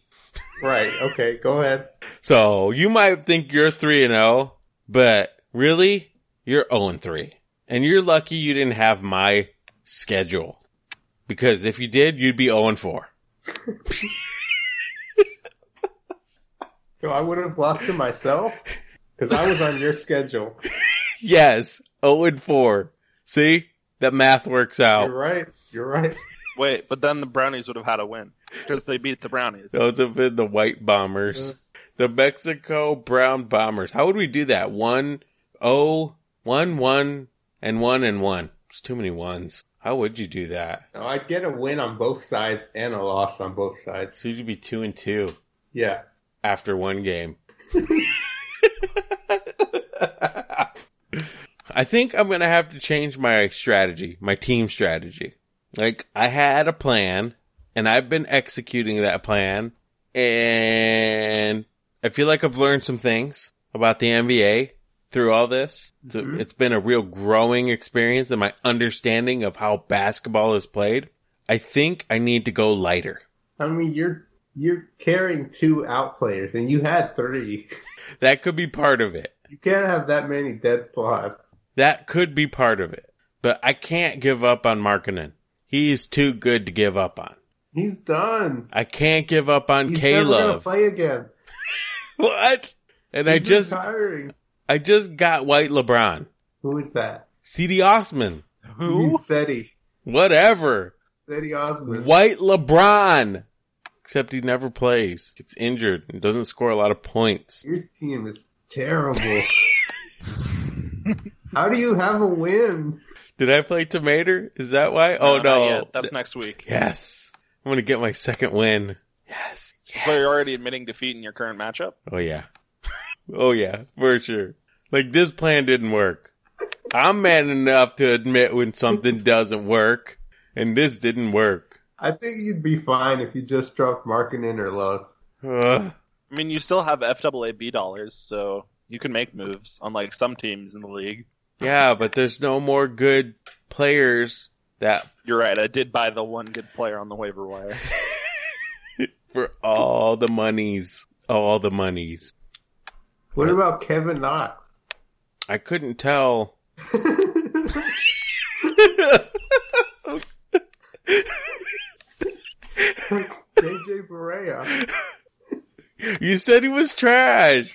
Right, okay, go ahead.
So you might think you're three and zero, but really you're zero and three, and you're lucky you didn't have my schedule. Because if you did, you'd be zero and four.
So I would have lost to myself because I was on your schedule.
Yes, zero and four. See that math works
You're
out.
right. You're right.
Wait, but then the Brownies would have had a win because they beat the Brownies.
Those have been the white bombers, the Mexico brown bombers. How would we do that? One, oh, one, one, and one and one. It's too many ones. How would you do that?
No, I'd get a win on both sides and a loss on both sides.
So you'd be two and two.
Yeah.
after one game. I think I'm going to have to change my strategy, my team strategy. Like, I had a plan and I've been executing that plan and I feel like I've learned some things about the NBA through all this. It's, a- it's been a real growing experience in my understanding of how basketball is played. I think I need to go lighter.
I mean, you're you're carrying two out players, and you had three.
That could be part of it.
You can't have that many dead slots.
That could be part of it. But I can't give up on Markkinen. He's too good to give up on.
He's done.
I can't give up on
He's
K
never gonna
Love.
play again.
What? And I
He's
just
retiring.
I just got white LeBron.
Who is that?
CD Osman.
You mean
Who?
Seti.
Whatever.
Seti Osman.
White LeBron. Except he never plays, gets injured, and doesn't score a lot of points.
Your team is terrible. How do you have a win?
Did I play Tomater? Is that why? oh
not
no.
yet. That's next week.
yes. I'm gonna get my second win. Yes. yes.
So you're already admitting defeat in your current matchup?
Oh yeah. oh yeah, for sure. Like this plan didn't work. I'm man enough to admit when something doesn't work, and this didn't work.
I think you'd be fine if you just dropped Markkinen or Love.
Ugh.
I mean, you still have FAAB dollars, so you can make moves, unlike some teams in the league.
Yeah, but there's no more good players that
You're right. I did buy the one good player on the waiver wire.
for all the monies, all the monies.
What about Kevin Knox?
I couldn't tell.
JJ Barea.
You said he was trash.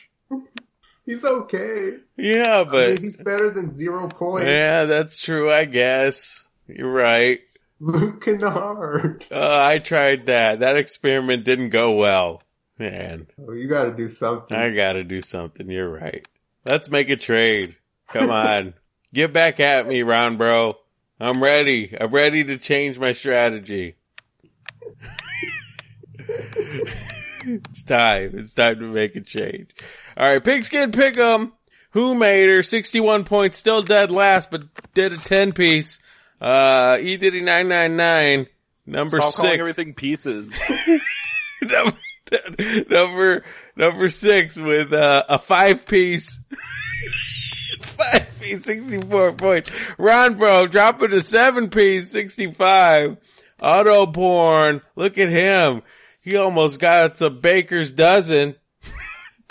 He's okay.
Yeah,
I
but
mean, he's better than zero points.
yeah, that's true. I guess you're right.
Luke Kennard.
Uh, I tried that. That experiment didn't go well. Man,
Oh, you got to do something.
I gotta do something. You're right. Let's make a trade. Come on. Get back at me, Ron, bro. I'm ready. I'm ready to change my strategy. it's time. It's time to make a change. All right. Pigskin Pick'em. Who made her 61 points, still dead last, but did a 10 piece. Uh, E Diddy 999, number
Stop calling
six.
everything pieces.
number, number number six with uh, a five piece. Five piece, 64 points. Ron Bro dropping a seven piece, 65. Auto porn. Look at him. He almost got a baker's dozen.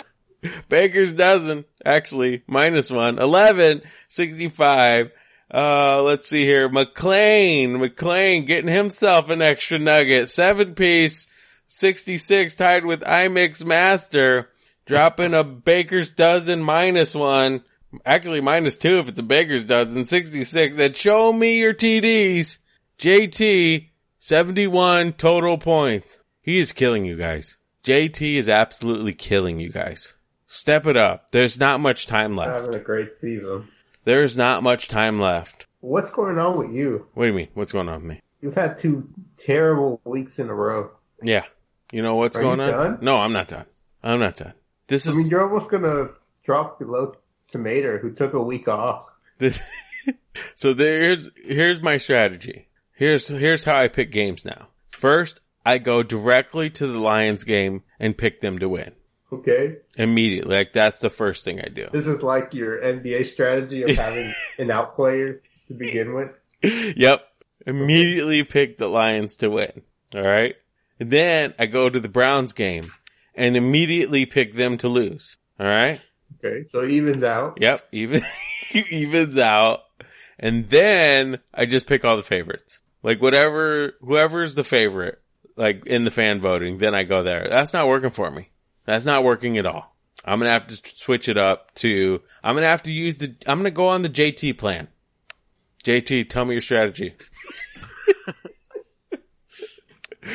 baker's dozen, actually, minus one. 11, 65. Uh, let's see here. McLean, McLean getting himself an extra nugget. Seven piece, 66 tied with IMix Master, dropping a Baker's Dozen minus one. Actually, minus two if it's a Baker's Dozen. 66. And show me your TDs. JT, 71 total points. He is killing you guys. JT is absolutely killing you guys. Step it up. There's not much time left.
Having a great season.
There's not much time left.
What's going on with you?
What do you mean? What's going on with me?
You've had two terrible weeks in a row.
Yeah. You know what's
Are you
going on?
done?
No, I'm not done. I'm not done. This
I
is
mean, you're almost gonna drop below Tomater, who took a week off.
This, so there's here's my strategy. Here's here's how I pick games now. First, I go directly to the Lions game and pick them to win
Okay,
immediately. Like that's the first thing I do.
this is like your NBA strategy of having an out player to begin with.
yep, immediately pick the Lions to win. All right, and then I go to the Browns game and immediately pick them to lose. All right.
Okay, so it evens out.
Yep, even evens out, and then I just pick all the favorites. Like whatever, whoever's the favorite, like in the fan voting, then I go there. That's not working for me. That's not working at all. I'm gonna have to t- switch it up to. I'm gonna have to use the. I'm gonna go on the JT plan. JT, tell me your strategy. all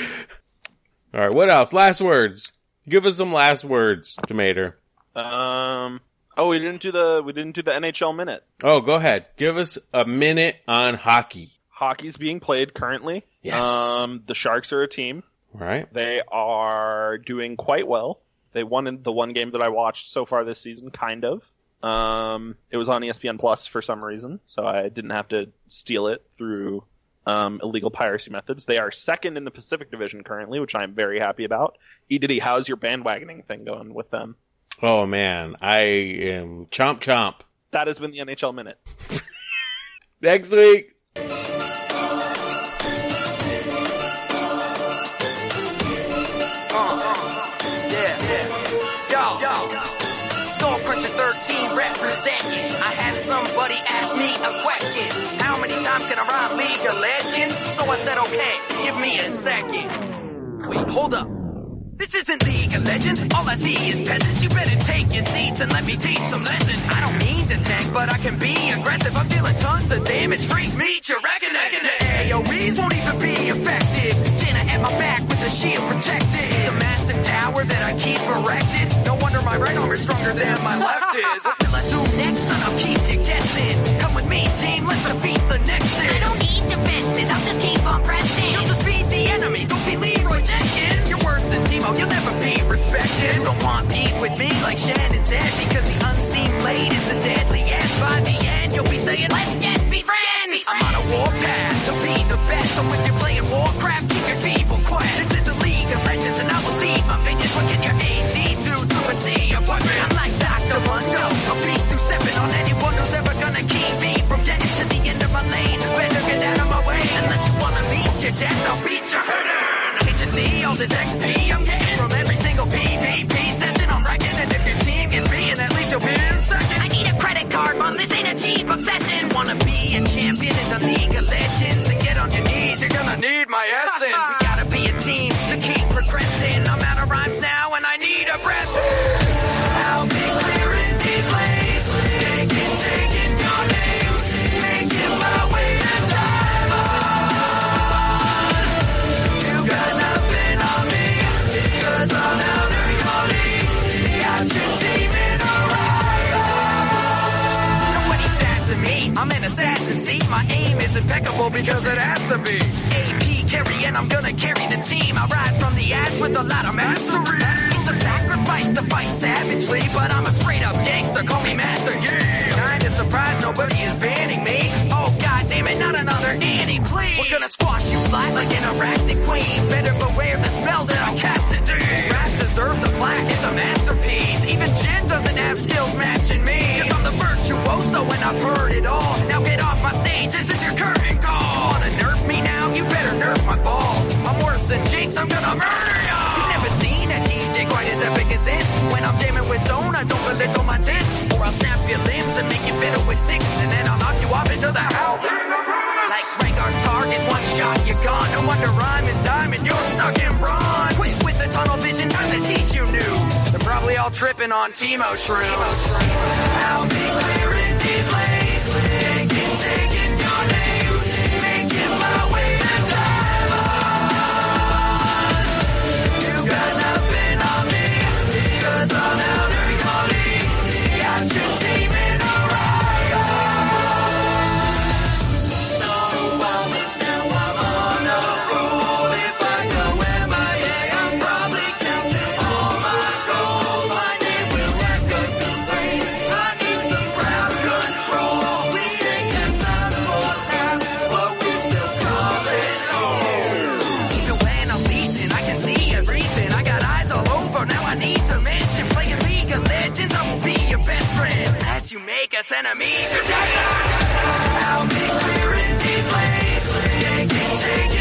right, what else? Last words. Give us some last words, Tomater.
um. Oh, we didn't do the we didn't do the NHL minute.
Oh, go ahead. Give us a minute on hockey.
Hockey's being played currently.
Yes.
Um, the Sharks are a team.
Right?
They are doing quite well. They won in the one game that I watched so far this season, kind of. Um, it was on ESPN Plus for some reason, so I didn't have to steal it through um, illegal piracy methods. They are second in the Pacific Division currently, which I'm very happy about. E Diddy, how's your bandwagoning thing going with them?
Oh man, I am chomp chomp.
That has been the NHL minute.
Next week.
Yeah, Yo, yo. Skullcruncher 13 representing. I had somebody ask me a question. How many times can I rhyme League of Legends? So I said, okay, give me a second. Wait, hold up. This isn't League of Legends. All I see is peasants. You better take your seats and let me teach some lessons. I don't mean to tank, but I can be aggressive. I'm dealing tons of damage. Freak meat, you reckon it? The AoEs won't even be effective. Jenna at my back with the shield protected. See the massive tower that I keep erected. No wonder my right arm is stronger than my left is. What will I do next, son? I'll keep you guessing. Come with me, team. Let's defeat the Nexus.
I don't need defenses. I'll just keep on pressing.
You'll just feed the enemy. Don't be Leroy Jenkins. Your words and Timo, you'll never be respected. You don't want beef with me like Shannon said because the unseen blade is a deadly end. By the end, you'll be saying,
Let's just be friends.
I'm on a warpath to be the best. So if you're playing Warcraft, keep your feeble quiet. This is the League of Legends, and I will lead my minions. What can your AD do to a sea of weapons? I'm like Dr. Mundo, a beast who's stepping on anyone who's ever gonna keep me from getting to the end of my lane. Better get out of my way unless you wanna meet your death. I'll beat your hurter. Can't you see all this XP I'm getting from every single PvP session? I'm wrecking, and if your team gets beaten, at least you'll be in second.
I need a credit card, Mom. This ain't a cheap obsession.
I wanna be a champion in the League of Legends and get on your knees. You're gonna need my essence. we gotta be a team to keep progressing. I'm out of rhymes now and I need a breath. I'll be clearing these lanes, taking, taking your names, making my way to diamond. You got nothing on me, 'cause I'm out of your league. Got your team in a Nobody's sassing me. I'm an assassin, see? My aim is impeccable because it has to be. AP carry and I'm gonna carry the team. I rise from the ash with a lot of mastery. It's a sacrifice to fight savagely, but I'm a straight up gangster, call me Master Yeah. Kinda surprised nobody is banning me. Oh god damn it, not another Annie, please. We're gonna squash you fly like an arachnid queen. Better beware the smells that I'm casting. This Rap deserves a plaque, it's a masterpiece. Even Jen doesn't have skills matching me. Cause I'm the virtuoso and I've heard it all. Now get off my stage, this is your curtain call. Wanna nerf me now? You better nerf my balls. I'm worse than Jinx, I'm gonna murder y'all. You've never seen a DJ quite as epic as this. When I'm jamming with Zone, I don't belittle my tits. Or I'll snap your limbs and make you fiddle with sticks. And then I'll knock you off into the house. Like Rengar's targets, one shot, you're gone. No wonder rhyme and diamond, you're stuck in bronze. Quit with the tunnel vision, time to teach you news. They're probably all tripping on Timo shrooms. I'll be clearing these lanes, taking, taking your names, making my way to diamond. You got nothing on me, 'cause I'm out of your league. Got your team in a riot. So I'm now I'm on a roll. If I go MIA, I'm probably counting all my gold. My name will echo the rain. I need some crowd control. We ain't got time for laughs, but we still call it home. Even when I'm leasing, I can see everything. I got eyes all over. Now I need to mention playing League of Legends. I will be your best friend unless you make us enemies. Today. I'll be clearing these lanes, taking, taking